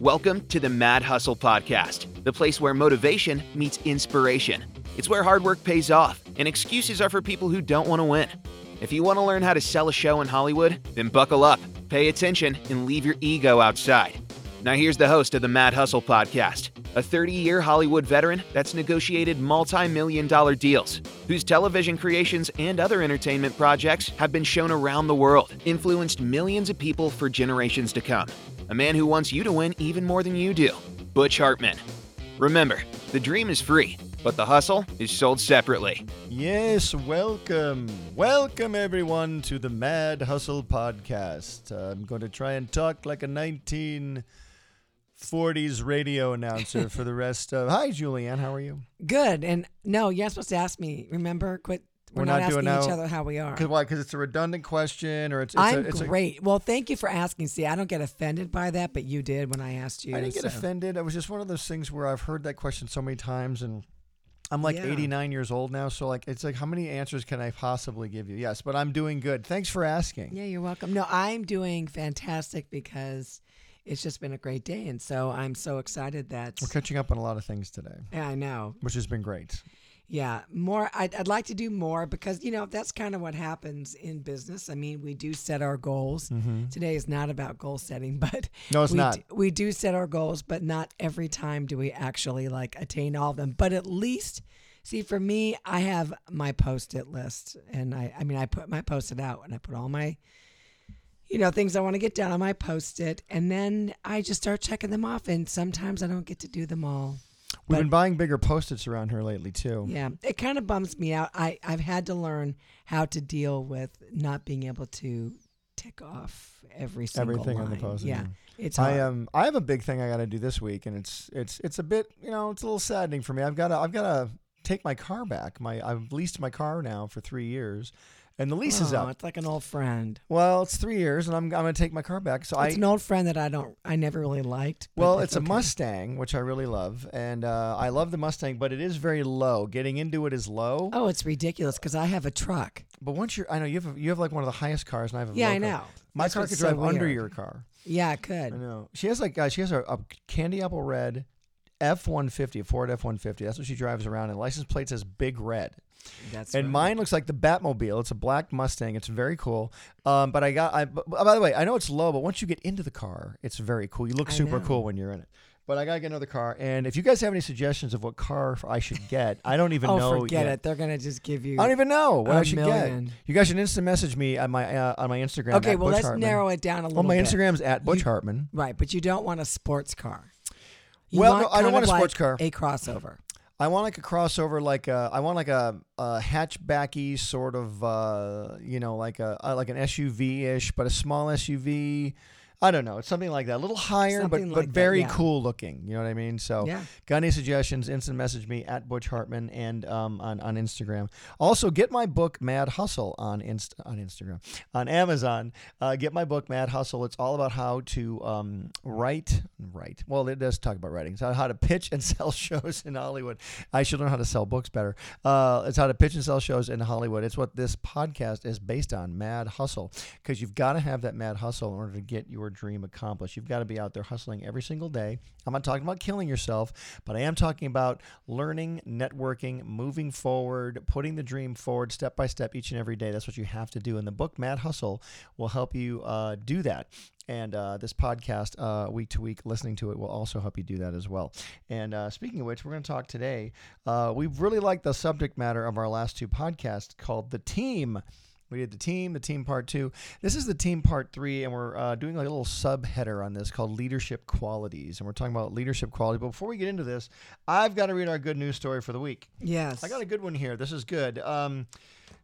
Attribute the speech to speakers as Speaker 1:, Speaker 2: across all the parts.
Speaker 1: Welcome to the Mad Hustle Podcast, the place where motivation meets inspiration. It's where hard work pays off and excuses are for people who don't want to win. If you want to learn how to sell a show in Hollywood, then buckle up, pay attention, and leave your ego outside. Now, here's the host of the Mad Hustle Podcast, a 30 year Hollywood veteran that's negotiated multi million dollar deals, whose television creations and other entertainment projects have been shown around the world, influenced millions of people for generations to come. A man who wants you to win even more than you do, Butch Hartman. Remember, the dream is free, but the hustle is sold separately.
Speaker 2: Yes, welcome. Welcome, everyone, to the Mad Hustle Podcast. Uh, I'm going to try and talk like a 1940s radio announcer for the rest of. Hi, Julianne. How are you?
Speaker 3: Good. And no, you're not supposed to ask me. Remember, quit. We're,
Speaker 2: We're
Speaker 3: not,
Speaker 2: not doing
Speaker 3: asking each
Speaker 2: now-
Speaker 3: other how we are.
Speaker 2: Cause, why? Because it's a redundant question, or it's, it's a-
Speaker 3: I'm
Speaker 2: it's a-
Speaker 3: great. well, thank you for asking. See, I don't get offended by that, but you did when I asked you.
Speaker 2: I didn't get
Speaker 3: so-
Speaker 2: offended. It was just one of those things where I've heard that question so many times, and I'm like
Speaker 3: Yeah.
Speaker 2: 89 years old now, so like it's like how many answers can I possibly give you? Yes, but I'm doing good. Thanks for asking.
Speaker 3: Yeah, you're welcome. No, I'm doing fantastic because it's just been a great day, and so I'm so excited that.
Speaker 2: We're catching up on a lot of things today,
Speaker 3: Yeah, I know.
Speaker 2: which has been great.
Speaker 3: Yeah, more. I'd, I'd like to do more because you know that's kind of what happens in business. I mean, we do set our goals. Today is not about goal setting, but
Speaker 2: Mm-hmm. No, it's
Speaker 3: we
Speaker 2: not.
Speaker 3: d- we do set our goals, but not every time do we actually like attain all of them. But at least, see, for me, I have my post-it list, and I, I mean, I put my post-it out, and I put all my, you know, things I want to get done on my post-it, and then I just start checking them off, and sometimes I don't get to do them all.
Speaker 2: We've
Speaker 3: But-
Speaker 2: been buying bigger post-its around here lately too.
Speaker 3: Yeah, it kind of bums me out. I I've had to learn how to deal with not being able to tick off every single
Speaker 2: Everything
Speaker 3: line.
Speaker 2: on the post-it,
Speaker 3: Yeah,
Speaker 2: yeah.
Speaker 3: it's hard.
Speaker 2: I um I have a big thing I got to do this week, and it's it's it's a bit you know it's a little saddening for me. I've got to I've got to take my car back. My I've leased my car now for three years, and the lease is
Speaker 3: Oh,
Speaker 2: up.
Speaker 3: It's like an old friend.
Speaker 2: Well, it's three years, and I'm I'm gonna take my car back. So
Speaker 3: it's
Speaker 2: I
Speaker 3: an old friend that I don't. I never really liked. but
Speaker 2: well
Speaker 3: that's
Speaker 2: it's a
Speaker 3: okay.
Speaker 2: Mustang, which I really love, and uh, I love the Mustang, but it is very low. Getting into it is low.
Speaker 3: Oh, it's ridiculous because I have a truck.
Speaker 2: But once you're I know you have a, you have like one of the highest cars, and I have a
Speaker 3: Yeah,
Speaker 2: low
Speaker 3: I
Speaker 2: car.
Speaker 3: know.
Speaker 2: My
Speaker 3: That's
Speaker 2: car
Speaker 3: what's
Speaker 2: could
Speaker 3: so
Speaker 2: drive under
Speaker 3: weird.
Speaker 2: your car.
Speaker 3: Yeah, I
Speaker 2: I
Speaker 3: could.
Speaker 2: know. She has like uh, she has a, a candy apple red F one fifty, a Ford F one fifty. That's what she drives around. And license plate says Big Red.
Speaker 3: That's
Speaker 2: and
Speaker 3: right.
Speaker 2: mine looks like the Batmobile. It's a black Mustang. It's very cool. Um, but I got. I b- by the way, I know it's low, but once you get into the car, it's very cool. You look
Speaker 3: I
Speaker 2: super
Speaker 3: know.
Speaker 2: cool when you're in it. But I gotta get another car. And if you guys have any suggestions of what car I should get, I don't even
Speaker 3: Oh,
Speaker 2: know.
Speaker 3: forget
Speaker 2: yet.
Speaker 3: it. They're gonna just give you.
Speaker 2: I don't even know what
Speaker 3: A
Speaker 2: I should
Speaker 3: million.
Speaker 2: get. You guys should instant message me on my uh, on my Instagram.
Speaker 3: okay,
Speaker 2: at
Speaker 3: well
Speaker 2: Butch
Speaker 3: let's
Speaker 2: Hartman.
Speaker 3: narrow it down a
Speaker 2: Well,
Speaker 3: little.
Speaker 2: my
Speaker 3: bit.
Speaker 2: Instagram's at Butch Hartman.
Speaker 3: Right, but you don't want a sports car. You
Speaker 2: Well,
Speaker 3: want
Speaker 2: no, I don't
Speaker 3: kind
Speaker 2: want
Speaker 3: of
Speaker 2: a sports
Speaker 3: like
Speaker 2: car.
Speaker 3: A crossover.
Speaker 2: I want like a crossover, like a, I want like a, a hatchbacky sort of, uh, you know, like a uh, like an SUV ish, but a small SUV. I don't know. It's something like that, a little higher,
Speaker 3: Something
Speaker 2: but
Speaker 3: like
Speaker 2: but
Speaker 3: that,
Speaker 2: very
Speaker 3: yeah.
Speaker 2: cool looking. You know what I mean? So,
Speaker 3: Yeah.
Speaker 2: got any suggestions? Instant message me at Butch Hartman and um, on on Instagram. Also, get my book Mad Hustle on inst- on Instagram on Amazon. Uh, get my book Mad Hustle. It's all about how to um, write, write. Well, it does talk about writing. It's how- how to pitch and sell shows in Hollywood. I should learn how to sell books better. Uh, it's how to pitch and sell shows in Hollywood. It's what this podcast is based on, Mad Hustle, because you've got to have that mad hustle in order to get your dream accomplished. You've got to be out there hustling every single day. I'm not talking about killing yourself, but I am talking about learning, networking, moving forward, putting the dream forward step by step each and every day. That's what you have to do. And the book Mad Hustle will help you uh, do that. And uh, this podcast, uh, week to week, listening to it will also help you do that as well. And uh, speaking of which, we're going to talk today. Uh, we really like the subject matter of our last two podcasts called The Team. We did the team, the team part two. This is the team part three, and we're uh, doing like a little subheader on this called leadership qualities. And we're talking about leadership quality. But before we get into this, I've got to read our good news story for the week.
Speaker 3: Yes.
Speaker 2: I got a good one here. This is good. Um,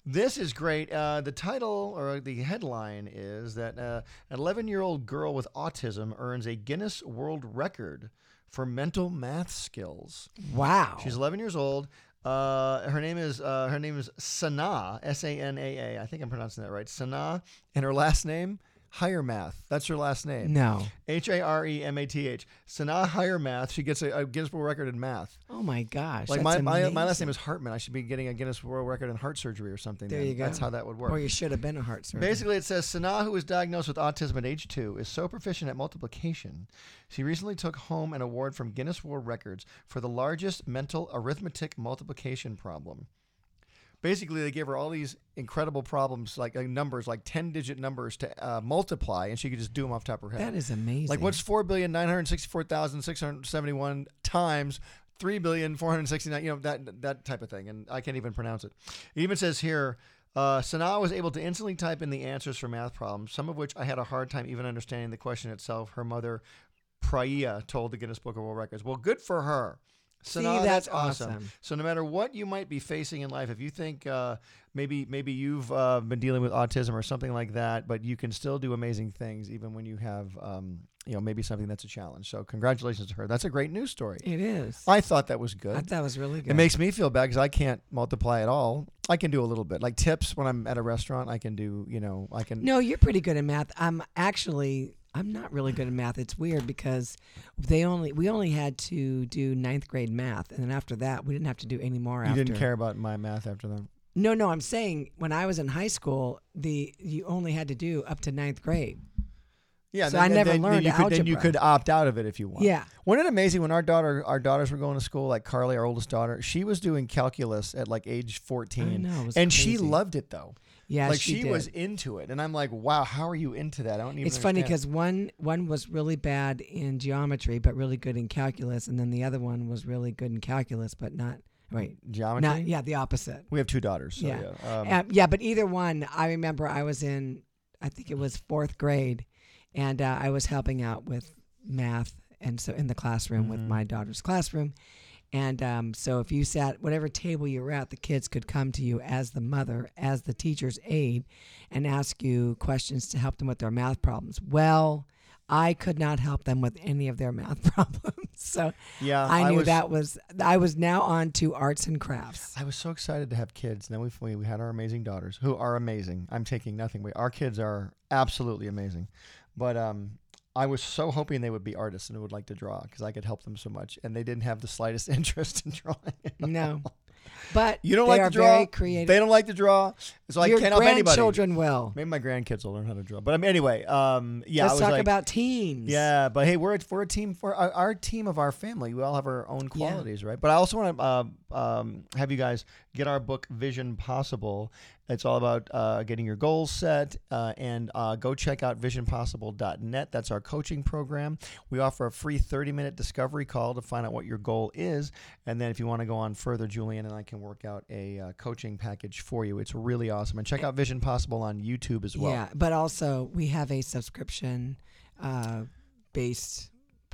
Speaker 2: this is great. Uh, the title or the headline is that uh, an 11 year old girl with autism earns a Guinness World Record for mental math skills.
Speaker 3: Wow.
Speaker 2: She's 11 years old. Uh, her name is uh, her name is Sanaa S A N A A. I think I'm pronouncing that right. Sanaa, and her last name Higher Math. That's her last name.
Speaker 3: No.
Speaker 2: H A R E M A T H. Sanaa Higher Math. She gets a, a Guinness World Record in math.
Speaker 3: Oh my gosh.
Speaker 2: Like my,
Speaker 3: that's
Speaker 2: my, my last
Speaker 3: amazing.
Speaker 2: name is Hartman. I should be getting a Guinness World Record in heart surgery or something.
Speaker 3: There
Speaker 2: then.
Speaker 3: you go.
Speaker 2: That's how that would work.
Speaker 3: Or you should have been a heart surgeon.
Speaker 2: Basically, it says Sanaa, who was diagnosed with autism at age two, is so proficient at multiplication, she recently took home an award from Guinness World Records for the largest mental arithmetic multiplication problem. Basically, they gave her all these incredible problems, like, like numbers, like ten-digit numbers to uh, multiply, and she could just do them off the top of her head.
Speaker 3: that is amazing.
Speaker 2: Like what's four billion nine hundred sixty four thousand six hundred seventy one times three billion four hundred sixty nine? You know that that type of thing, and I can't even pronounce it. It even says here. Uh, Sanaa was able to instantly type in the answers for math problems, some of which I had a hard time even understanding the question itself. Her mother, Praia, told the Guinness Book of World Records. Well, good for her.
Speaker 3: See,
Speaker 2: Sanaa,
Speaker 3: that's
Speaker 2: awesome.
Speaker 3: awesome.
Speaker 2: So no matter what you might be facing in life, if you think uh, maybe maybe you've uh, been dealing with autism or something like that, but you can still do amazing things even when you have um, you know maybe something that's a challenge. So congratulations to her. That's a great news story.
Speaker 3: It is.
Speaker 2: I thought that was
Speaker 3: I
Speaker 2: good.
Speaker 3: thought that was really good.
Speaker 2: It makes me feel bad because I can't multiply at all. I can do a little bit, like tips when I'm at a restaurant. I can do, you know, I can.
Speaker 3: no, you're pretty good at math. I'm actually I'm not really good at math. It's weird because they only we only had to do ninth grade math, and then after that we didn't have to do any more.
Speaker 2: you
Speaker 3: after.
Speaker 2: didn't care about my math after that.
Speaker 3: No, no. I'm saying when I was in high school, the you only had to do up to ninth grade.
Speaker 2: Yeah,
Speaker 3: So I never learned
Speaker 2: you could, Then you
Speaker 3: algebra.
Speaker 2: could opt out of it if you want.
Speaker 3: Yeah.
Speaker 2: Wasn't it amazing when our daughter, our daughters were going to school? Like Carly, our oldest daughter, she was doing calculus at like age fourteen,
Speaker 3: I know, it was
Speaker 2: and she
Speaker 3: crazy.
Speaker 2: loved it though.
Speaker 3: Yeah,
Speaker 2: like
Speaker 3: she,
Speaker 2: she,
Speaker 3: did.
Speaker 2: was into it, and I'm like, wow, how are you into that? I don't even.
Speaker 3: It's funny
Speaker 2: understand.
Speaker 3: because one one was really bad in geometry, but really good in calculus, and then the other one was really good in calculus, but not wait,
Speaker 2: geometry.
Speaker 3: not yeah, the opposite.
Speaker 2: We have two daughters. So yeah.
Speaker 3: Yeah.
Speaker 2: Um,
Speaker 3: Um, yeah, but either one, I remember I was in, I think it was fourth grade, and uh, I was helping out with math, and so in the classroom with
Speaker 2: Mm-hmm.
Speaker 3: my daughter's classroom, and um, so if you sat whatever table you were at, the kids could come to you as the mother, as the teacher's aide, and ask you questions to help them with their math problems. Well. I could not help them with any of their math problems. So
Speaker 2: yeah.
Speaker 3: I knew
Speaker 2: Uh, was,
Speaker 3: that was, I was now on to arts and crafts.
Speaker 2: I was so excited to have kids. Now we we we had our amazing daughters, who are amazing. I'm taking nothing away. Our kids are absolutely amazing, but um, I was so hoping they would be artists and would like to draw because I could help them so much, and they didn't have the slightest interest in drawing. at all.
Speaker 3: No. But
Speaker 2: you don't
Speaker 3: they
Speaker 2: like
Speaker 3: are
Speaker 2: to draw.
Speaker 3: very creative.
Speaker 2: They don't like to draw, so
Speaker 3: Your
Speaker 2: I can't help anybody.
Speaker 3: grandchildren will.
Speaker 2: Maybe my grandkids will learn how to draw. But I mean, anyway, um, yeah, I
Speaker 3: Let's
Speaker 2: was
Speaker 3: talk
Speaker 2: like,
Speaker 3: about teams.
Speaker 2: yeah, but hey, we're a, we're a team for our, our team of our family. We all have our own qualities, right? But I also want to uh, um, have you guys get our book Vision Possible. It's all about uh, getting your goals set, uh, and uh, go check out visionpossible.net. That's our coaching program. We offer a free 30 minute discovery call to find out what your goal is, and then if you want to go on further, Julian and I can work out a uh, coaching package for you. It's really awesome, and check out Vision Possible on YouTube as well.
Speaker 3: yeah. But also, we have a subscription uh, based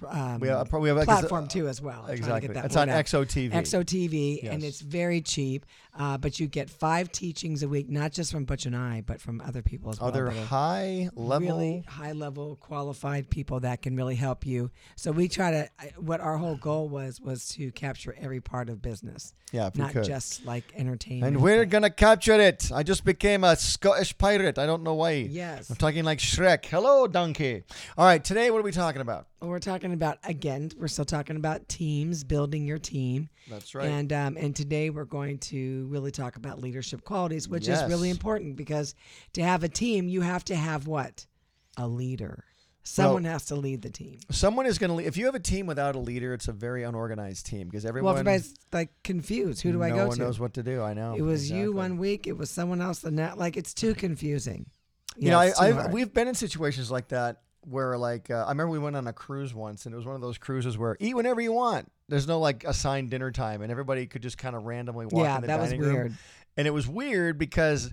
Speaker 3: um,
Speaker 2: We have, we have like,
Speaker 3: platform too, as well. I'm trying to
Speaker 2: Exactly.
Speaker 3: get that
Speaker 2: It's on
Speaker 3: word out.
Speaker 2: XOTV.
Speaker 3: XOTV, and
Speaker 2: Yes.
Speaker 3: it's very cheap. Uh, but you get five teachings a week, not just from Butch and I, but from other people as well.
Speaker 2: other
Speaker 3: that are
Speaker 2: high level
Speaker 3: really high level qualified people that can really help you. So we try to. I- What our whole goal was was to capture every part of business,
Speaker 2: yeah if we
Speaker 3: not
Speaker 2: could.
Speaker 3: just like entertainment.
Speaker 2: and we're gonna capture it i just became a scottish pirate i don't know why
Speaker 3: Yes.
Speaker 2: i'm talking like shrek hello donkey all right today what are we talking about
Speaker 3: Well, We're talking about again. We're still talking about teams, building your team,
Speaker 2: that's right
Speaker 3: and um, and today we're going to really talk about leadership qualities, which is really
Speaker 2: Yes.
Speaker 3: important because to have a team, you have to have what a leader. Someone has to lead the team.
Speaker 2: someone is gonna lead. if you have a team without a leader it's a very unorganized team because everyone
Speaker 3: Well, everybody's like confused. Who do I
Speaker 2: no
Speaker 3: go
Speaker 2: one
Speaker 3: to?
Speaker 2: knows what to do i know
Speaker 3: it was you
Speaker 2: Exactly.
Speaker 3: one week. It was someone else the next. Like it's too confusing.
Speaker 2: You
Speaker 3: Yeah,
Speaker 2: know,
Speaker 3: it's too
Speaker 2: I, I've,
Speaker 3: hard.
Speaker 2: we've been in situations like that where, like, uh, I remember we went on a cruise once, and it was one of those cruises where eat whenever you want. There's no like assigned dinner time, and everybody could just kind of randomly walk
Speaker 3: yeah,
Speaker 2: in the
Speaker 3: that was
Speaker 2: dining room.
Speaker 3: weird.
Speaker 2: And it was weird because.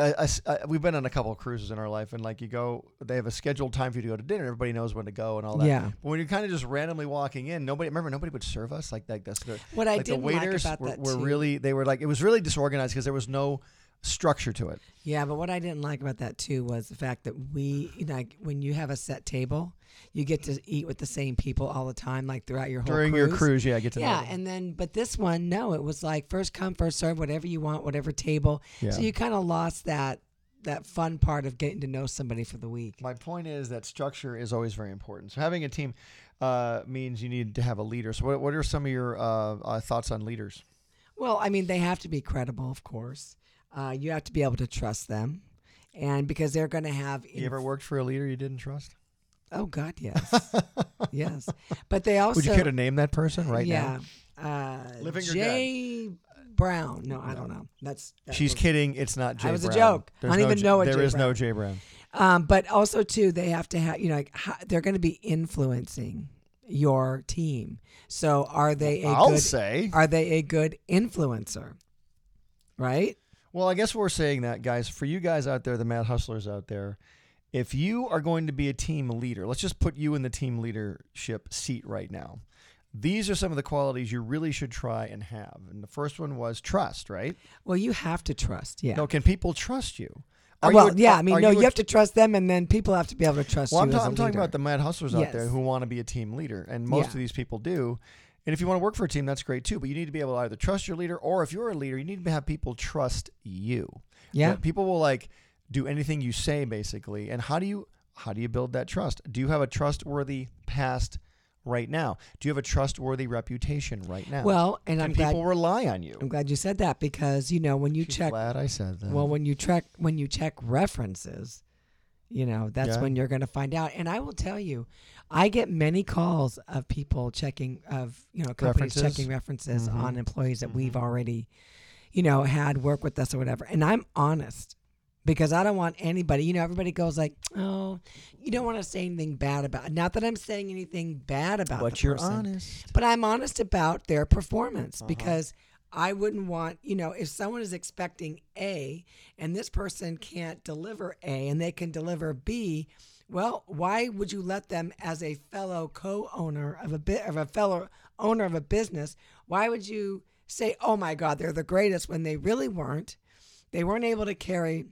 Speaker 2: Uh, us- uh, we've been on a couple of cruises in our life, and like you go, they have a scheduled time for you to go to dinner. Everybody knows when to go and all that.
Speaker 3: Yeah.
Speaker 2: But when you're kind of just randomly walking in, nobody remember nobody would serve us like like that's the-
Speaker 3: What I
Speaker 2: like
Speaker 3: didn't
Speaker 2: the
Speaker 3: like
Speaker 2: waiters
Speaker 3: about
Speaker 2: were,
Speaker 3: that,
Speaker 2: were
Speaker 3: too-
Speaker 2: really they were like it was really disorganized because there was no structure to it.
Speaker 3: Yeah, but what I didn't like about that too was the fact that we like when you have a set table, you get to eat with the same people all the time, like throughout your whole
Speaker 2: During
Speaker 3: cruise.
Speaker 2: your cruise, yeah, get to know
Speaker 3: Yeah,
Speaker 2: them.
Speaker 3: and then but this one, no, it was like first come, first serve, whatever you want, whatever table.
Speaker 2: Yeah.
Speaker 3: So you kind of lost that that fun part of getting to know somebody for the week.
Speaker 2: My point is that structure is always very important. So having a team uh, means you need to have a leader. So what, what are some of your uh, uh, thoughts on leaders?
Speaker 3: Well, I mean, they have to be credible, of course. Uh, you have to be able to trust them, and because they're going to have.
Speaker 2: You ever worked for a leader you didn't trust?
Speaker 3: oh God, yes, yes. But they also
Speaker 2: Would you care to name that person right
Speaker 3: yeah.
Speaker 2: now?
Speaker 3: Uh,
Speaker 2: Living or dead?
Speaker 3: Jay Brown. No, I don't know. That's that
Speaker 2: She's
Speaker 3: was-
Speaker 2: kidding. It's not Jay
Speaker 3: That was a
Speaker 2: Brown.
Speaker 3: joke. I
Speaker 2: There's
Speaker 3: don't
Speaker 2: no
Speaker 3: even
Speaker 2: J-
Speaker 3: know what
Speaker 2: There is
Speaker 3: Jay
Speaker 2: no
Speaker 3: Brown-
Speaker 2: Jay Brown.
Speaker 3: Um, but also too, they have to have you know like how, they're going to be influencing your team. So are they? A
Speaker 2: I'll
Speaker 3: good,
Speaker 2: say.
Speaker 3: Are they a good influencer? Right.
Speaker 2: Well, I guess we're saying that, guys. For you guys out there, the mad hustlers out there, if you are going to be a team leader, let's just put you in the team leadership seat right now. These are some of the qualities you really should try and have. And the first one was trust, right?
Speaker 3: Well, you have to trust. Yeah.
Speaker 2: No, can people trust you?
Speaker 3: Uh,
Speaker 2: Are
Speaker 3: well,
Speaker 2: you a-
Speaker 3: yeah. I
Speaker 2: are-
Speaker 3: mean,
Speaker 2: are
Speaker 3: no, you
Speaker 2: a-
Speaker 3: have to trust them, and then people have to be able to trust
Speaker 2: Well,
Speaker 3: you.
Speaker 2: I'm, ta-
Speaker 3: as a
Speaker 2: I'm talking
Speaker 3: leader.
Speaker 2: about the mad hustlers out there
Speaker 3: Yes.
Speaker 2: who want to be a team leader, and most
Speaker 3: Yes.
Speaker 2: of these people do. And if you want to work for a team, that's great too. But you need to be able to either trust your leader, or if you're a leader, you need to have people trust you.
Speaker 3: Yeah.
Speaker 2: That people will like do anything you say basically. And how do you how do you build that trust? Do you have a trustworthy past right now? Do you have a trustworthy reputation right now?
Speaker 3: Well, and I'm
Speaker 2: and
Speaker 3: glad
Speaker 2: people rely on you.
Speaker 3: I'm glad you said that because you know when you
Speaker 2: She's
Speaker 3: check
Speaker 2: glad I said that.
Speaker 3: well when you check when you check references, you know that's
Speaker 2: Yeah.
Speaker 3: when you're going to find out. And I will tell you, I get many calls of people checking of you know companies
Speaker 2: References? Mm-hmm.
Speaker 3: checking references on employees that we've already, you know, had work with us or whatever. And I'm honest. Because I don't want anybody, you know, everybody goes like, "Oh, you don't want to say anything bad about." Not that I'm saying anything bad about.
Speaker 2: but
Speaker 3: the
Speaker 2: you're
Speaker 3: person.
Speaker 2: honest.
Speaker 3: But I'm honest about their performance because I wouldn't want, you know, if someone is expecting A and this person can't deliver A and they can deliver B, well, why would you let them as a fellow co-owner of a bit of a fellow owner of a business? Why would you say, "Oh my god, they're the greatest" when they really weren't? They weren't able to carry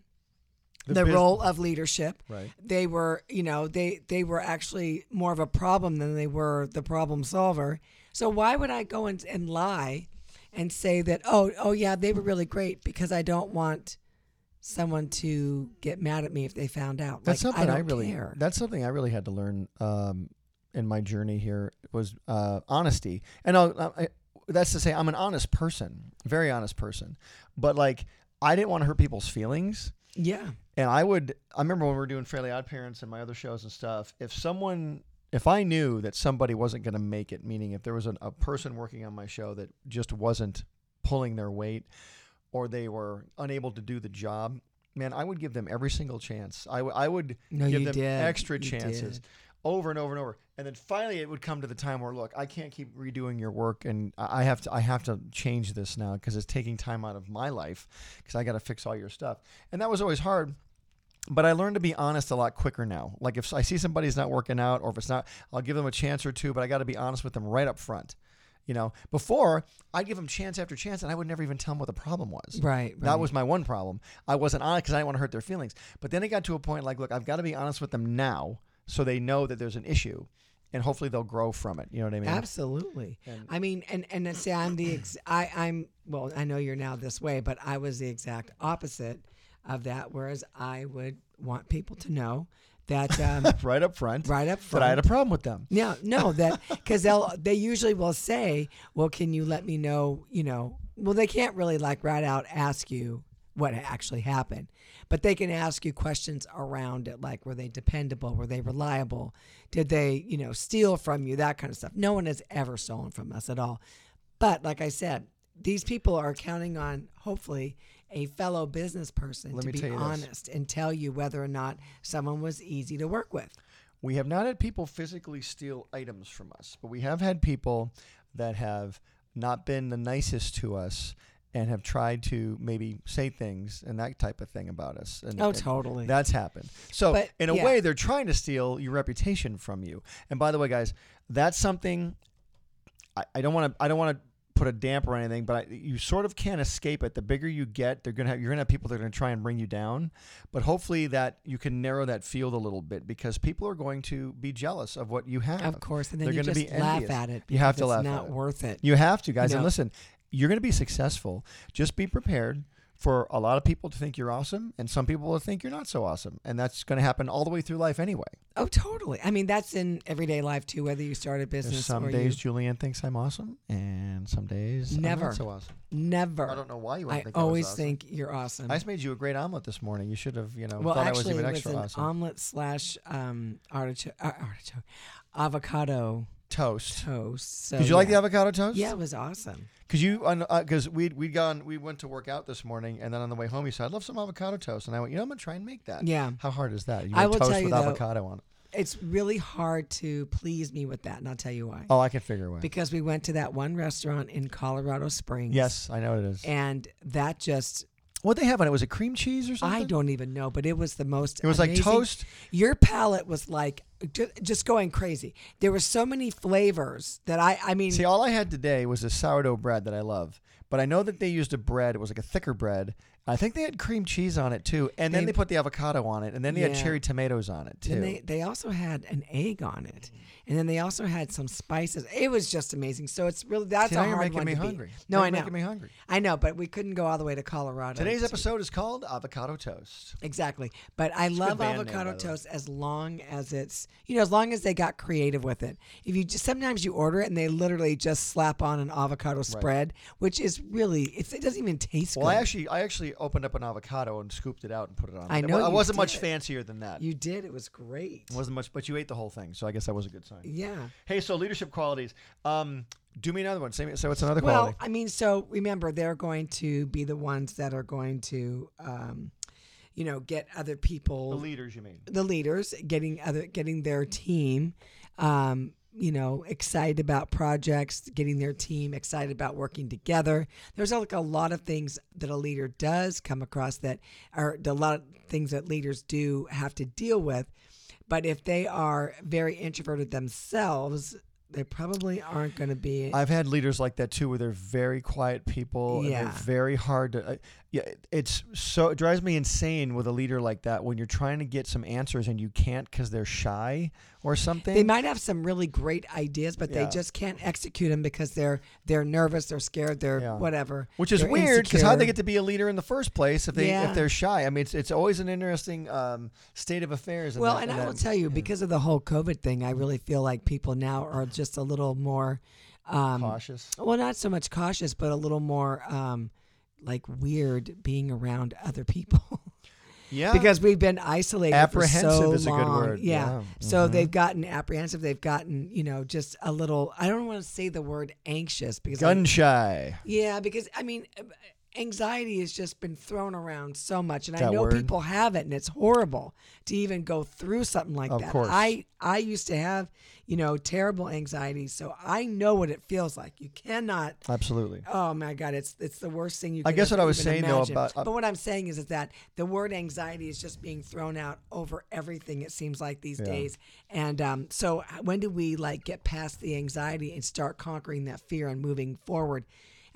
Speaker 3: the,
Speaker 2: bus-
Speaker 3: role of leadership
Speaker 2: Right.
Speaker 3: they were you know they they were actually more of a problem than they were the problem solver so why would i go and, and lie and say that oh oh yeah they were really great because i don't want someone to get mad at me if they found out
Speaker 2: That's
Speaker 3: like,
Speaker 2: something
Speaker 3: i
Speaker 2: I,
Speaker 3: don't
Speaker 2: really.
Speaker 3: care
Speaker 2: That's something I really had to learn um, in my journey here was uh, honesty, and I'll, uh, I, that's to say I'm an honest person, very honest person, but like I didn't want to hurt people's feelings.
Speaker 3: yeah
Speaker 2: And I would, I remember when we were doing Fairly Odd Parents and my other shows and stuff, if someone, if I knew that somebody wasn't going to make it, meaning if there was an, a person working on my show that just wasn't pulling their weight or they were unable to do the job, man, I would give them every single chance. I, w- I would
Speaker 3: No,
Speaker 2: give
Speaker 3: you
Speaker 2: them
Speaker 3: did.
Speaker 2: extra
Speaker 3: You
Speaker 2: chances.
Speaker 3: did.
Speaker 2: Over and over and over, and then finally it would come to the time where look, I can't keep redoing your work, and I I have to I have to change this now because it's taking time out of my life because I got to fix all your stuff, and that was always hard but I learned to be honest a lot quicker now. Like if I see somebody's not working out or if it's not, I'll give them a chance or two, but I got to be honest with them right up front. You know, before I give them chance after chance and I would never even tell them what the problem was.
Speaker 3: right, right.
Speaker 2: That was my one problem. I wasn't honest because I didn't want to hurt their feelings. But then it got to a point like, look, I've got to be honest with them now so they know that there's an issue and hopefully they'll grow from it. You know what I mean?
Speaker 3: Absolutely. I mean, and and then say I'm the ex- I I'm well. I know you're now this way, but I was the exact opposite of that. Whereas I would want people to know that um,
Speaker 2: Right up front.
Speaker 3: right up
Speaker 2: But I had
Speaker 3: front.
Speaker 2: a problem with them.
Speaker 3: Yeah, no, that because they'll they usually will say, "Well, can you let me know?" You know, well they can't really like right out ask you what actually happened, but they can ask you questions around it, like were they dependable, were they reliable, did they you know steal from you, that kind of stuff. No one has ever stolen from us at all, but like I said, these people are counting on hopefully a fellow business person
Speaker 2: Let
Speaker 3: to
Speaker 2: me
Speaker 3: be
Speaker 2: tell you this.
Speaker 3: honest and tell you whether or not someone was easy to work with.
Speaker 2: We have not had people physically steal items from us, but we have had people that have not been the nicest to us and have tried to maybe say things and that type of thing about us. And,
Speaker 3: Oh,
Speaker 2: and
Speaker 3: totally.
Speaker 2: That's happened. So,
Speaker 3: But,
Speaker 2: in a
Speaker 3: yeah.
Speaker 2: way, they're trying to steal your reputation from you. And by the way, guys, that's something I, I don't want to. I don't want to put a damper on anything, but I, you sort of can't escape it. The bigger you get, they're gonna have, you're gonna have people that are gonna try and bring you down. But hopefully that you can narrow that field a little bit because people are going to be jealous of what you have.
Speaker 3: Of course, and then
Speaker 2: Oh. They're
Speaker 3: you
Speaker 2: gonna
Speaker 3: just
Speaker 2: be
Speaker 3: laugh
Speaker 2: envious.
Speaker 3: at it.
Speaker 2: You have
Speaker 3: because
Speaker 2: to
Speaker 3: it's
Speaker 2: laugh at
Speaker 3: Not
Speaker 2: it.
Speaker 3: worth it.
Speaker 2: You have to, guys,
Speaker 3: No.
Speaker 2: and listen. You're gonna be successful. Just be prepared for a lot of people to think you're awesome, and some people will think you're not so awesome, and that's going to happen all the way through life anyway.
Speaker 3: Oh, totally. I mean, that's in everyday life too. Whether you start a
Speaker 2: There's
Speaker 3: business
Speaker 2: some
Speaker 3: or
Speaker 2: days Julianne thinks I'm awesome, and some days I'm
Speaker 3: Never.
Speaker 2: not so awesome.
Speaker 3: you never.
Speaker 2: I don't know why you.
Speaker 3: I,
Speaker 2: wouldn't think was
Speaker 3: always
Speaker 2: awesome.
Speaker 3: think you're awesome.
Speaker 2: I just made you a great omelet this morning. You should have, you know,
Speaker 3: well,
Speaker 2: thought
Speaker 3: actually,
Speaker 2: I was even
Speaker 3: it was
Speaker 2: extra
Speaker 3: an
Speaker 2: awesome.
Speaker 3: omelet slash um, artichoke, uh, artichoke, avocado
Speaker 2: toast.
Speaker 3: toast. So
Speaker 2: Did you like
Speaker 3: yeah.
Speaker 2: the avocado toast?
Speaker 3: Yeah, it was awesome.
Speaker 2: Because you, because we'd we'd gone, we went to work out this morning, and then on the way home, you said, "I'd love some avocado toast," and I went, "You know, I'm gonna try and make that."
Speaker 3: Yeah.
Speaker 2: How hard is that? You
Speaker 3: I
Speaker 2: make
Speaker 3: will
Speaker 2: toast
Speaker 3: tell you,
Speaker 2: with
Speaker 3: though-
Speaker 2: avocado on it.
Speaker 3: It's really hard to please me with that, and I'll tell you why.
Speaker 2: Oh, I can figure a way.
Speaker 3: Because we went to that one restaurant in Colorado Springs.
Speaker 2: yes, I know what it is.
Speaker 3: And that just,
Speaker 2: What they have on it was it cream cheese or something?
Speaker 3: I don't even know, but it was the most.
Speaker 2: It was like
Speaker 3: amazing-
Speaker 2: toast.
Speaker 3: Your palate was like ju- just going crazy. There were so many flavors that I, I mean,
Speaker 2: See, all I had today was a sourdough bread that I love, but I know that they used a bread. It was like a thicker bread. I think they had cream cheese on it too, and then they,
Speaker 3: They-
Speaker 2: put the avocado on it, and then they had
Speaker 3: Yeah.
Speaker 2: cherry tomatoes on it too.
Speaker 3: And they, they also had an egg on it. And then they also had some spices. It was just amazing. So it's really that's
Speaker 2: See,
Speaker 3: a
Speaker 2: now
Speaker 3: hard
Speaker 2: you're making
Speaker 3: one
Speaker 2: me
Speaker 3: to beat.
Speaker 2: hungry.
Speaker 3: No,
Speaker 2: Now
Speaker 3: I
Speaker 2: you're
Speaker 3: know.
Speaker 2: making me hungry.
Speaker 3: I know, but we couldn't go all the way to Colorado.
Speaker 2: Today's
Speaker 3: to-
Speaker 2: episode is called Avocado Toast.
Speaker 3: Exactly. But I
Speaker 2: a good
Speaker 3: love
Speaker 2: band name, by
Speaker 3: avocado
Speaker 2: the way.
Speaker 3: toast as long as it's, you know, as long as they got creative with it. If you just, sometimes you order it and they literally just slap on an avocado spread, which is really, it's, it doesn't even taste
Speaker 2: Well, I
Speaker 3: good.
Speaker 2: actually, I actually opened up an avocado and scooped it out and put it on.
Speaker 3: I
Speaker 2: it. It
Speaker 3: know
Speaker 2: wa- It
Speaker 3: you
Speaker 2: wasn't much
Speaker 3: did.
Speaker 2: fancier than that.
Speaker 3: you did. It was great.
Speaker 2: It wasn't much, but you ate the whole thing, so I guess that was a good sign.
Speaker 3: Yeah.
Speaker 2: Hey, so leadership qualities. Um, do me another one. Say, me- so what's another
Speaker 3: Well,
Speaker 2: quality?
Speaker 3: I mean, so remember, they're going to be the ones that are going to, um, you know, get other people,
Speaker 2: The
Speaker 3: the,
Speaker 2: leaders, you mean?
Speaker 3: leaders, getting other, getting their team, um, you know, excited about projects, getting their team excited about working together. There's like a lot of things that a leader does come across that are a lot of things that leaders do have to deal with. But if they are very introverted themselves, they probably aren't going to be.
Speaker 2: I've had leaders like that too, where they're very quiet people and
Speaker 3: Yeah.
Speaker 2: they're very hard to. I yeah, it- it's so it drives me insane with a leader like that when you're trying to get some answers and you can't because they're shy or something.
Speaker 3: They might have some really great ideas, but
Speaker 2: Yeah.
Speaker 3: they just can't execute them because they're they're nervous, they're scared, they're
Speaker 2: Yeah.
Speaker 3: whatever.
Speaker 2: Which is
Speaker 3: they're
Speaker 2: weird because how they
Speaker 3: insecure.
Speaker 2: get to be a leader in the first place if they
Speaker 3: Yeah.
Speaker 2: if they're shy? I mean, it's it's always an interesting um, state of affairs. in
Speaker 3: well,
Speaker 2: that-
Speaker 3: and
Speaker 2: in
Speaker 3: I will
Speaker 2: that-
Speaker 3: tell you, because of the whole COVID thing, I really feel like people now are just a little more, um,
Speaker 2: cautious.
Speaker 3: well, not so much cautious, but a little more um, like weird being around other people.
Speaker 2: Yeah,
Speaker 3: because we've been isolated for so
Speaker 2: Apprehensive is a good
Speaker 3: long.
Speaker 2: word.
Speaker 3: Yeah.
Speaker 2: Yeah. Mm-hmm.
Speaker 3: So they've gotten apprehensive. They've gotten you know just a little. I don't want to say the word anxious because I-
Speaker 2: gun shy.
Speaker 3: Yeah, because I mean, uh, anxiety has just been thrown around so much, and I
Speaker 2: That
Speaker 3: know
Speaker 2: word.
Speaker 3: people have it, and it's horrible to even go through something like
Speaker 2: Of
Speaker 3: that.
Speaker 2: course.
Speaker 3: I I used to have you know terrible anxiety, so I know what it feels like. You cannot.
Speaker 2: Absolutely.
Speaker 3: Oh my God! It's it's the worst thing you.
Speaker 2: I
Speaker 3: could
Speaker 2: guess what
Speaker 3: ever
Speaker 2: I was
Speaker 3: even
Speaker 2: saying, though,
Speaker 3: imagine.
Speaker 2: about- uh,
Speaker 3: but what I'm saying is, is that the word anxiety is just being thrown out over everything. It seems like these days, and um, so when do we like get past the anxiety and start conquering that fear and moving forward?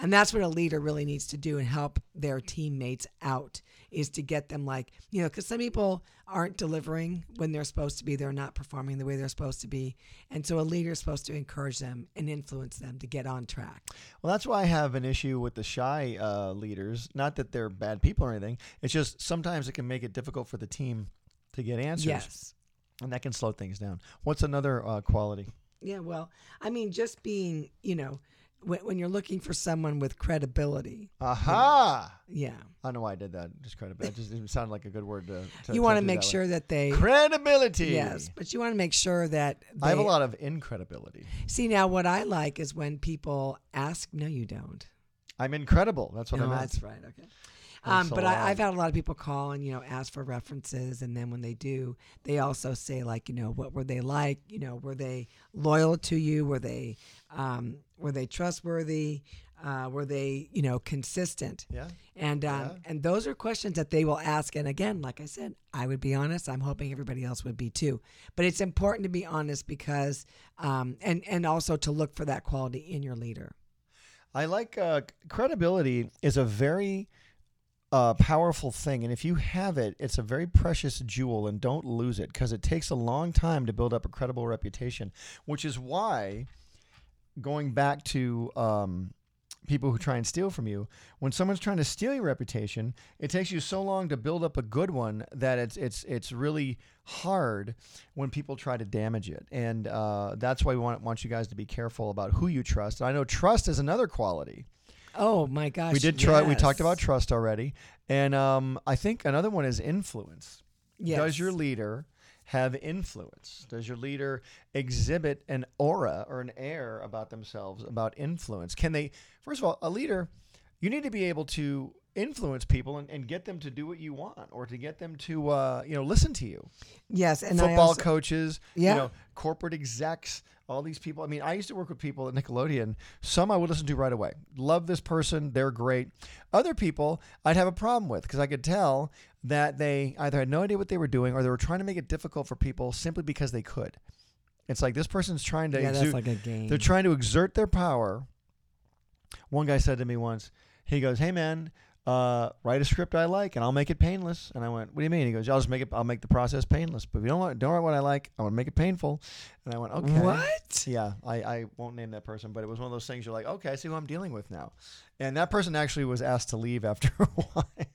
Speaker 3: And that's what a leader really needs to do and help their teammates out is to get them like you know because some people aren't delivering when they're supposed to be they're not performing the way they're supposed to be and so a leader is supposed to encourage them and influence them to get on track
Speaker 2: Well, that's why I have an issue with the shy uh, leaders. Not that they're bad people or anything. It's just sometimes it can make it difficult for the team to get answers,
Speaker 3: yes
Speaker 2: and that can slow things down. What's another uh, quality?
Speaker 3: Yeah, well, I mean, just being, you know, when, when you're looking for someone with credibility,
Speaker 2: Aha!
Speaker 3: yeah,
Speaker 2: I don't know why I did that. Just credibility. It just didn't sound like a good word to. to
Speaker 3: you want to
Speaker 2: do
Speaker 3: make
Speaker 2: that with.
Speaker 3: sure that they,
Speaker 2: credibility.
Speaker 3: yes, but you want to make sure that they,
Speaker 2: I have a lot of incredibility.
Speaker 3: See, now what I like is when people ask, no, you don't.
Speaker 2: I'm incredible. That's what
Speaker 3: No,
Speaker 2: I meant.
Speaker 3: that's right. Okay.
Speaker 2: That's
Speaker 3: Um,
Speaker 2: a
Speaker 3: but I,
Speaker 2: lot.
Speaker 3: I've had a lot of people call and you know ask for references, and then when they do, they also say like you know what were they like? You know were they loyal to you? Were they um, were they trustworthy? Uh, were they you know consistent?
Speaker 2: Yeah.
Speaker 3: And um,
Speaker 2: Yeah.
Speaker 3: and those are questions that they will ask. And again, like I said, I would be honest. I'm hoping everybody else would be too. But it's important to be honest because um, and and also to look for that quality in your leader.
Speaker 2: I like uh, credibility is a very uh, powerful thing, and if you have it, it's a very precious jewel, and don't lose it because it takes a long time to build up a credible reputation, which is why going back to um, people who try and steal from you. When someone's trying to steal your reputation, it takes you so long to build up a good one that it's it's it's really hard when people try to damage it. And uh, that's why we want want you guys to be careful about who you trust. And I know trust is another quality.
Speaker 3: Oh my gosh.
Speaker 2: We did try. We
Speaker 3: yes.
Speaker 2: talked about trust already, and um, I think another one is influence.
Speaker 3: Yes.
Speaker 2: Does your leader have influence? Does your leader exhibit an aura or an air about themselves about influence? Can they? First of all, a leader, you need to be able to influence people and, and get them to do what you want or to get them to uh, you know listen to you
Speaker 3: yes and I
Speaker 2: football
Speaker 3: also,
Speaker 2: coaches,
Speaker 3: Yeah.
Speaker 2: you know, corporate execs, all these people. I mean, I used to work with people at Nickelodeon. Some I would listen to right away. Love this person, they're great. Other people I'd have a problem with because I could tell that they either had no idea what they were doing or they were trying to make it difficult for people simply because they could. It's like this person's trying to
Speaker 3: yeah,
Speaker 2: exude-
Speaker 3: that's like a game.
Speaker 2: they're trying to exert their power. One guy said to me once, he goes, "Hey man, uh, write a script I like, and I'll make it painless." And I went, "What do you mean?" He goes, "I'll just make it. I'll make the process painless. But if you don't want, don't write what I like, I want to make it painful." And I went, "Okay."
Speaker 3: What?
Speaker 2: Yeah, I, I won't name that person, but it was one of those things you're like, okay, I see who I'm dealing with now. And that person actually was asked to leave after a while. It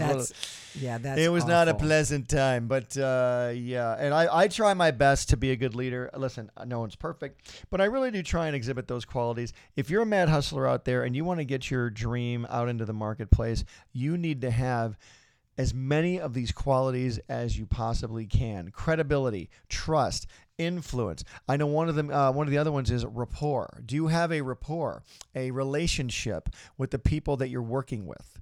Speaker 2: was one of-
Speaker 3: That's yeah. That's
Speaker 2: uh, it was not a
Speaker 3: awful.
Speaker 2: pleasant time, but uh, yeah, and I, I try my best to be a good leader. Listen, no one's perfect, but I really do try and exhibit those qualities. If you're a mad hustler out there and you want to get your dream out into the marketplace, you need to have as many of these qualities as you possibly can: credibility, trust, influence. I know one of them. Uh, one of the other ones is rapport. Do you have a rapport, a relationship with the people that you're working with?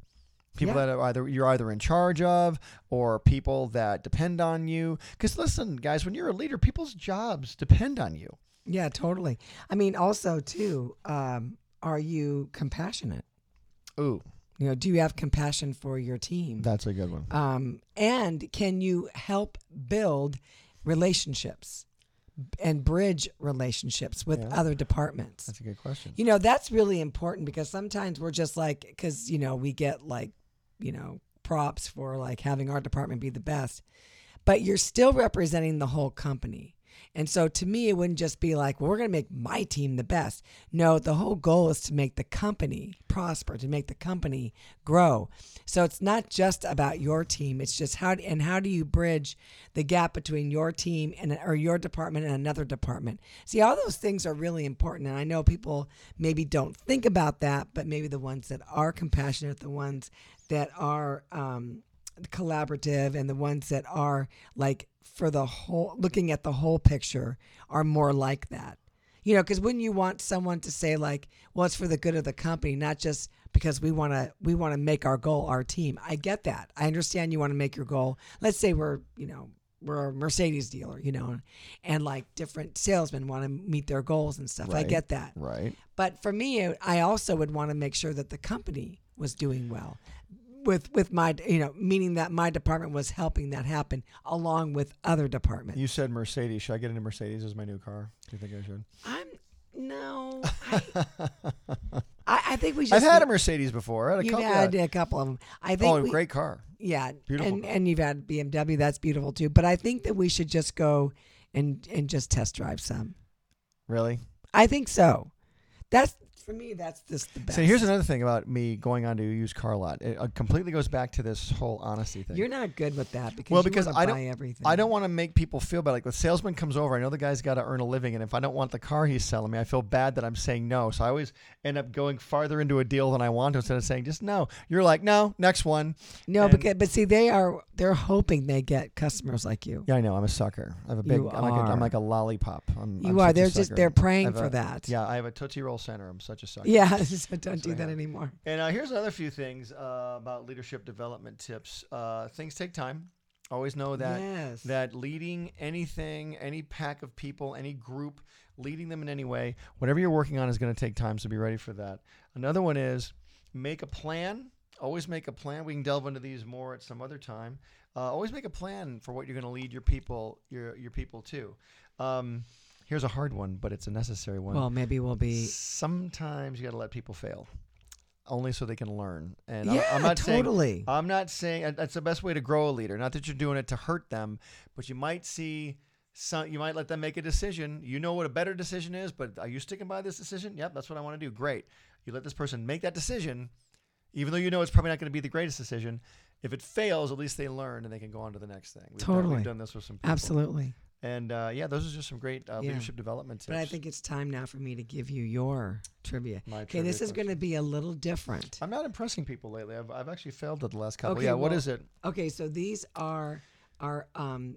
Speaker 2: people
Speaker 3: Yeah.
Speaker 2: that are either you're either in charge of or people that depend on you because listen guys when you're a leader people's jobs depend on you
Speaker 3: Yeah, totally. I mean, also too, um, are you compassionate?
Speaker 2: ooh
Speaker 3: You know, do you have compassion for your team?
Speaker 2: that's a good one
Speaker 3: Um, and can you help build relationships and bridge relationships with other departments?
Speaker 2: that's a good question
Speaker 3: You know, that's really important because sometimes we're just like, because, you know, we get like, you know, props for like having our department be the best, but you're still representing the whole company. And so to me, it wouldn't just be like, well, we're going to make my team the best. No, the whole goal is to make the company prosper, to make the company grow. So it's not just about your team. It's just how, and how do you bridge the gap between your team and, or your department and another department? See, all those things are really important. And I know people maybe don't think about that, but maybe the ones that are compassionate, the ones that are, um, collaborative and the ones that are like for the whole looking at the whole picture are more like that you know because wouldn't you want someone to say like well it's for the good of the company not just because we want to we want to make our goal our team i get that i understand you want to make your goal let's say we're you know we're a mercedes dealer you know and like different salesmen want to meet their goals and stuff i
Speaker 2: Right.
Speaker 3: get that
Speaker 2: right
Speaker 3: but for me, I also would want to make sure that the company was doing well with with my you know meaning that my department was helping that happen along with other departments.
Speaker 2: you said mercedes should i get into mercedes as my new car do you think i should
Speaker 3: I'm no. I, I, I think we just
Speaker 2: i've had a mercedes before I had a
Speaker 3: You've
Speaker 2: couple
Speaker 3: had a couple of them. I think
Speaker 2: oh
Speaker 3: we,
Speaker 2: great car
Speaker 3: Yeah,
Speaker 2: Beautiful
Speaker 3: And
Speaker 2: car.
Speaker 3: and you've had BMW. That's beautiful too. But I think that we should just go and and just test drive some.
Speaker 2: really
Speaker 3: I think so. That's for me. That's just the best.
Speaker 2: so here's another thing about me going on to a used car lot it uh, completely goes back to this whole honesty thing
Speaker 3: You're not good with that because
Speaker 2: well,
Speaker 3: you
Speaker 2: because
Speaker 3: wanna
Speaker 2: I
Speaker 3: buy
Speaker 2: don't,
Speaker 3: everything.
Speaker 2: I don't want to make people feel bad. Like the salesman comes over, I know the guy's got to earn a living, and if I don't want the car he's selling me, I feel bad that I'm saying no. So I always end up going farther into a deal than I want to instead of saying just no. You're like no, next one.
Speaker 3: No,
Speaker 2: And-
Speaker 3: because but see, they are they're hoping they get customers like you.
Speaker 2: Yeah, I know. I'm a sucker. I have a big.
Speaker 3: You
Speaker 2: I'm, Like a,
Speaker 3: are.
Speaker 2: I'm like a lollipop. I'm, I'm
Speaker 3: You are.
Speaker 2: such a
Speaker 3: They're just
Speaker 2: sucker.
Speaker 3: they're
Speaker 2: I
Speaker 3: praying
Speaker 2: have
Speaker 3: for
Speaker 2: a-
Speaker 3: that.
Speaker 2: Yeah, I have a tootsie roll center. I'm such a sucker.
Speaker 3: Yeah, so don't do
Speaker 2: what I
Speaker 3: that
Speaker 2: have.
Speaker 3: anymore.
Speaker 2: And uh, here's another few things uh, about leadership development tips. Uh, things take time. Always know that
Speaker 3: Yes.
Speaker 2: that leading anything, any pack of people, any group, leading them in any way, whatever you're working on is going to take time. So be ready for that. Another one is make a plan. Always make a plan. We can delve into these more at some other time. Uh, always make a plan for what you're going to lead your people, your your people to. Um, here's a hard one, but it's a necessary one
Speaker 3: Well, maybe we'll be.
Speaker 2: sometimes you got to let people fail only so they can learn and I'm-
Speaker 3: Yeah,
Speaker 2: I'm, not saying uh,
Speaker 3: totally.
Speaker 2: i'm not saying that- that's the best way to grow a leader not that you're doing it to hurt them but you might see So you might let them make a decision. You know what a better decision is, but are you sticking by this decision? Yep, that's what I want to do. Great. You let this person make that decision, even though you know it's probably not going to be the greatest decision. If it fails, at least they learn and they can go on to the next thing. We've done-
Speaker 3: Totally.
Speaker 2: we've done this with some people.
Speaker 3: Absolutely.
Speaker 2: And uh, yeah, those are just some great uh,
Speaker 3: Yeah.
Speaker 2: leadership development tips.
Speaker 3: But I think it's time now for me to give you your trivia.
Speaker 2: My
Speaker 3: okay, this
Speaker 2: trivia
Speaker 3: is going to be a little different.
Speaker 2: I'm not impressing people lately. I've, I've actually failed at the last couple.
Speaker 3: Okay,
Speaker 2: yeah, what
Speaker 3: well-
Speaker 2: is it?
Speaker 3: Okay, so these are are um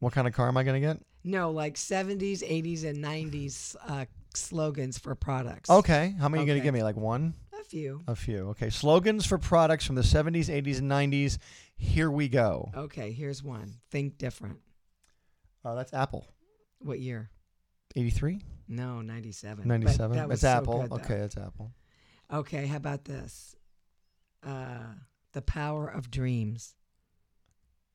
Speaker 2: What kind of car am I going to get?
Speaker 3: no like 70s, 80s, and 90s uh, slogans for products.
Speaker 2: Okay, how many are you going to
Speaker 3: Okay.
Speaker 2: give me? Like one?
Speaker 3: a few.
Speaker 2: A few. Okay, slogans for products from the 70s, 80s, and 90s. Here we go.
Speaker 3: Okay, here's one. Think different.
Speaker 2: Uh, that's Apple.
Speaker 3: What year?
Speaker 2: 83?
Speaker 3: No, 97. But
Speaker 2: 97?
Speaker 3: that was
Speaker 2: It's
Speaker 3: so
Speaker 2: Apple.
Speaker 3: good, though.
Speaker 2: okay, it's Apple.
Speaker 3: Okay, how about this? Uh, the power of dreams.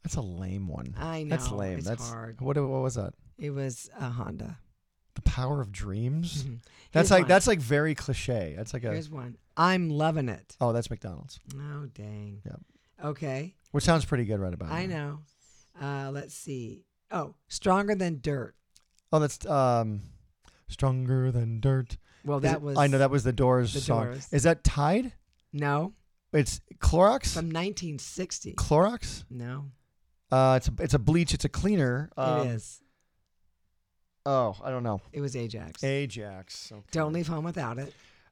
Speaker 2: That's a lame one.
Speaker 3: I know.
Speaker 2: That's lame.
Speaker 3: It's
Speaker 2: that's
Speaker 3: hard.
Speaker 2: What, what was that?
Speaker 3: It was a Honda.
Speaker 2: The Power of Dreams?
Speaker 3: Mhm.
Speaker 2: That's
Speaker 3: Here's
Speaker 2: like
Speaker 3: one.
Speaker 2: that's like very cliche. That's like a
Speaker 3: Here's one. I'm loving it.
Speaker 2: Oh, that's McDonald's.
Speaker 3: Oh dang.
Speaker 2: Yep.
Speaker 3: Okay.
Speaker 2: Which sounds pretty good right about
Speaker 3: I
Speaker 2: now.
Speaker 3: know. Uh, let's see. Oh, stronger than dirt.
Speaker 2: Oh, that's um Stronger Than Dirt.
Speaker 3: Well,
Speaker 2: Is
Speaker 3: that
Speaker 2: it-
Speaker 3: was
Speaker 2: I know that was the Doors
Speaker 3: The
Speaker 2: song.
Speaker 3: Doors.
Speaker 2: Is that Tide?
Speaker 3: no
Speaker 2: It's Clorox.
Speaker 3: from 1960.
Speaker 2: Clorox.
Speaker 3: No,
Speaker 2: Uh, it's a, it's a bleach. It's a cleaner. Um,
Speaker 3: it is.
Speaker 2: Oh, I don't know.
Speaker 3: It was Ajax.
Speaker 2: Ajax. Okay.
Speaker 3: Don't leave home without it.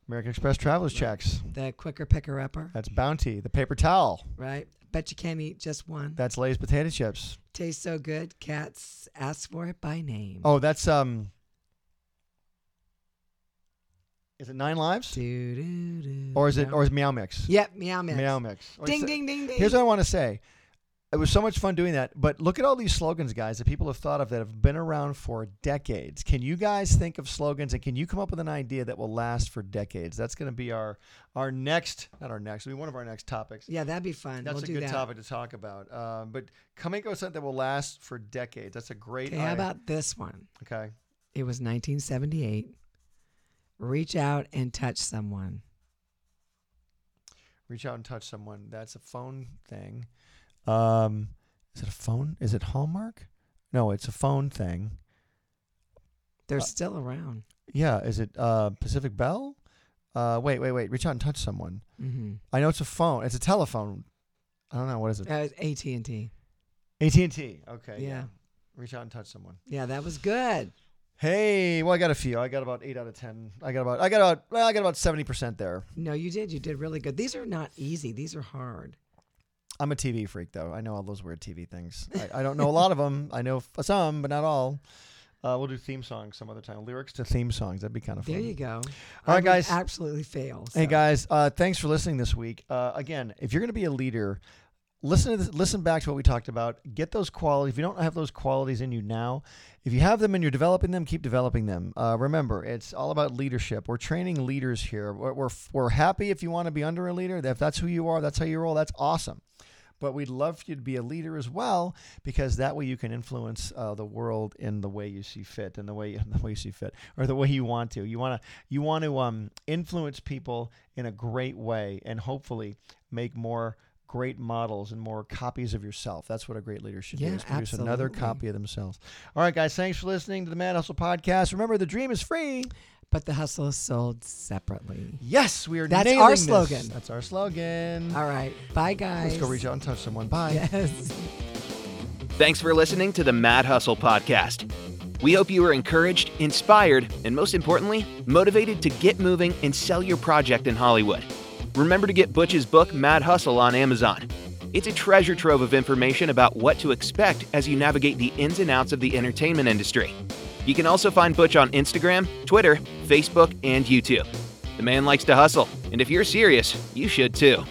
Speaker 2: American Express travelers checks.
Speaker 3: The quicker picker upper,
Speaker 2: That's Bounty. The paper towel.
Speaker 3: right? Bet you can't eat just one.
Speaker 2: That's Lay's potato chips.
Speaker 3: Tastes so good, cats ask for it by name.
Speaker 2: Oh, that's um. Is it Nine Lives?
Speaker 3: Do, do, do.
Speaker 2: Or is it
Speaker 3: No.
Speaker 2: or is Meow Mix?
Speaker 3: Yep, meow mix.
Speaker 2: Meow Mix. Or
Speaker 3: Ding
Speaker 2: is it-
Speaker 3: ding ding ding.
Speaker 2: Here's what I want to say. It was so much fun doing that, but look at all these slogans, guys, that people have thought of that have been around for decades. Can you guys think of slogans and can you come up with an idea that will last for decades? That's going to be our our next, not our next, it'll be one of our next topics.
Speaker 3: yeah, that'd be fun.
Speaker 2: That's
Speaker 3: we'll
Speaker 2: a
Speaker 3: do
Speaker 2: good
Speaker 3: that.
Speaker 2: topic to talk about. Um, but coming up with something that will last for decades. That's a great.
Speaker 3: Okay, how
Speaker 2: idea.
Speaker 3: about this one?
Speaker 2: Okay.
Speaker 3: It was 1978. Reach out and touch someone.
Speaker 2: Reach out and touch someone. That's a phone thing. Um, is it a phone? Is it Hallmark? No, it's a phone thing.
Speaker 3: They're
Speaker 2: Uh,
Speaker 3: still around.
Speaker 2: Yeah, is it uh, Pacific Bell? Uh, wait, wait, wait. Reach out and touch someone.
Speaker 3: Mm-hmm.
Speaker 2: I know it's a phone. It's a telephone. I don't know what is it.
Speaker 3: That was AT and Uh, T.
Speaker 2: AT and T. Okay. Yeah.
Speaker 3: Yeah.
Speaker 2: Reach out and touch someone.
Speaker 3: yeah, that was good.
Speaker 2: Hey, well, I got a few. I got about eight out of ten. I got about. I got about. Well, I got about seventy percent there.
Speaker 3: No, you did. You did really good. These are not easy. These are hard.
Speaker 2: I'm a TV freak, though. I know all those weird TV things. I, I don't know a lot of them. I know f- some, but not all. Uh, we'll do theme songs some other time. Lyrics to theme songs. That'd be kind of fun.
Speaker 3: There you go.
Speaker 2: All
Speaker 3: I
Speaker 2: right,
Speaker 3: would
Speaker 2: guys.
Speaker 3: Absolutely fail.
Speaker 2: Hey
Speaker 3: so.
Speaker 2: guys, uh, thanks for listening this week. Uh, again, if you're going to be a leader, listen to this, listen back to what we talked about. Get those qualities. If you don't have those qualities in you now, if you have them and you're developing them, keep developing them. Uh, remember, it's all about leadership. We're training leaders here. We're, we're, we're happy if you want to be under a leader. If that's who you are, that's how you roll. That's awesome. But we'd love for you to be a leader as well, because that way you can influence uh, the world in the way you see fit, and the way the way you see fit, or the way you want to. You want to you want to um, influence people in a great way, and hopefully make more great models and more copies of yourself. That's what a great leader should do.
Speaker 3: Yeah,
Speaker 2: Is produce another
Speaker 3: absolutely.
Speaker 2: copy of themselves. All right, guys. Thanks for listening to the Mad Hustle podcast. Remember, the dream is free.
Speaker 3: But the hustle is sold separately.
Speaker 2: Yes, we are.
Speaker 3: That's
Speaker 2: nailing
Speaker 3: our
Speaker 2: this.
Speaker 3: slogan.
Speaker 2: That's our slogan.
Speaker 3: All right. Bye, guys.
Speaker 2: Let's go reach out and touch someone. Bye.
Speaker 3: Yes.
Speaker 1: Thanks for listening to the Mad Hustle Podcast. We hope you were encouraged, inspired, and most importantly, motivated to get moving and sell your project in Hollywood. Remember to get Butch's book, Mad Hustle, on Amazon. It's a treasure trove of information about what to expect as you navigate the ins and outs of the entertainment industry. You can also find Butch on Instagram, Twitter, Facebook, and YouTube. The man likes to hustle, and if you're serious, you should too.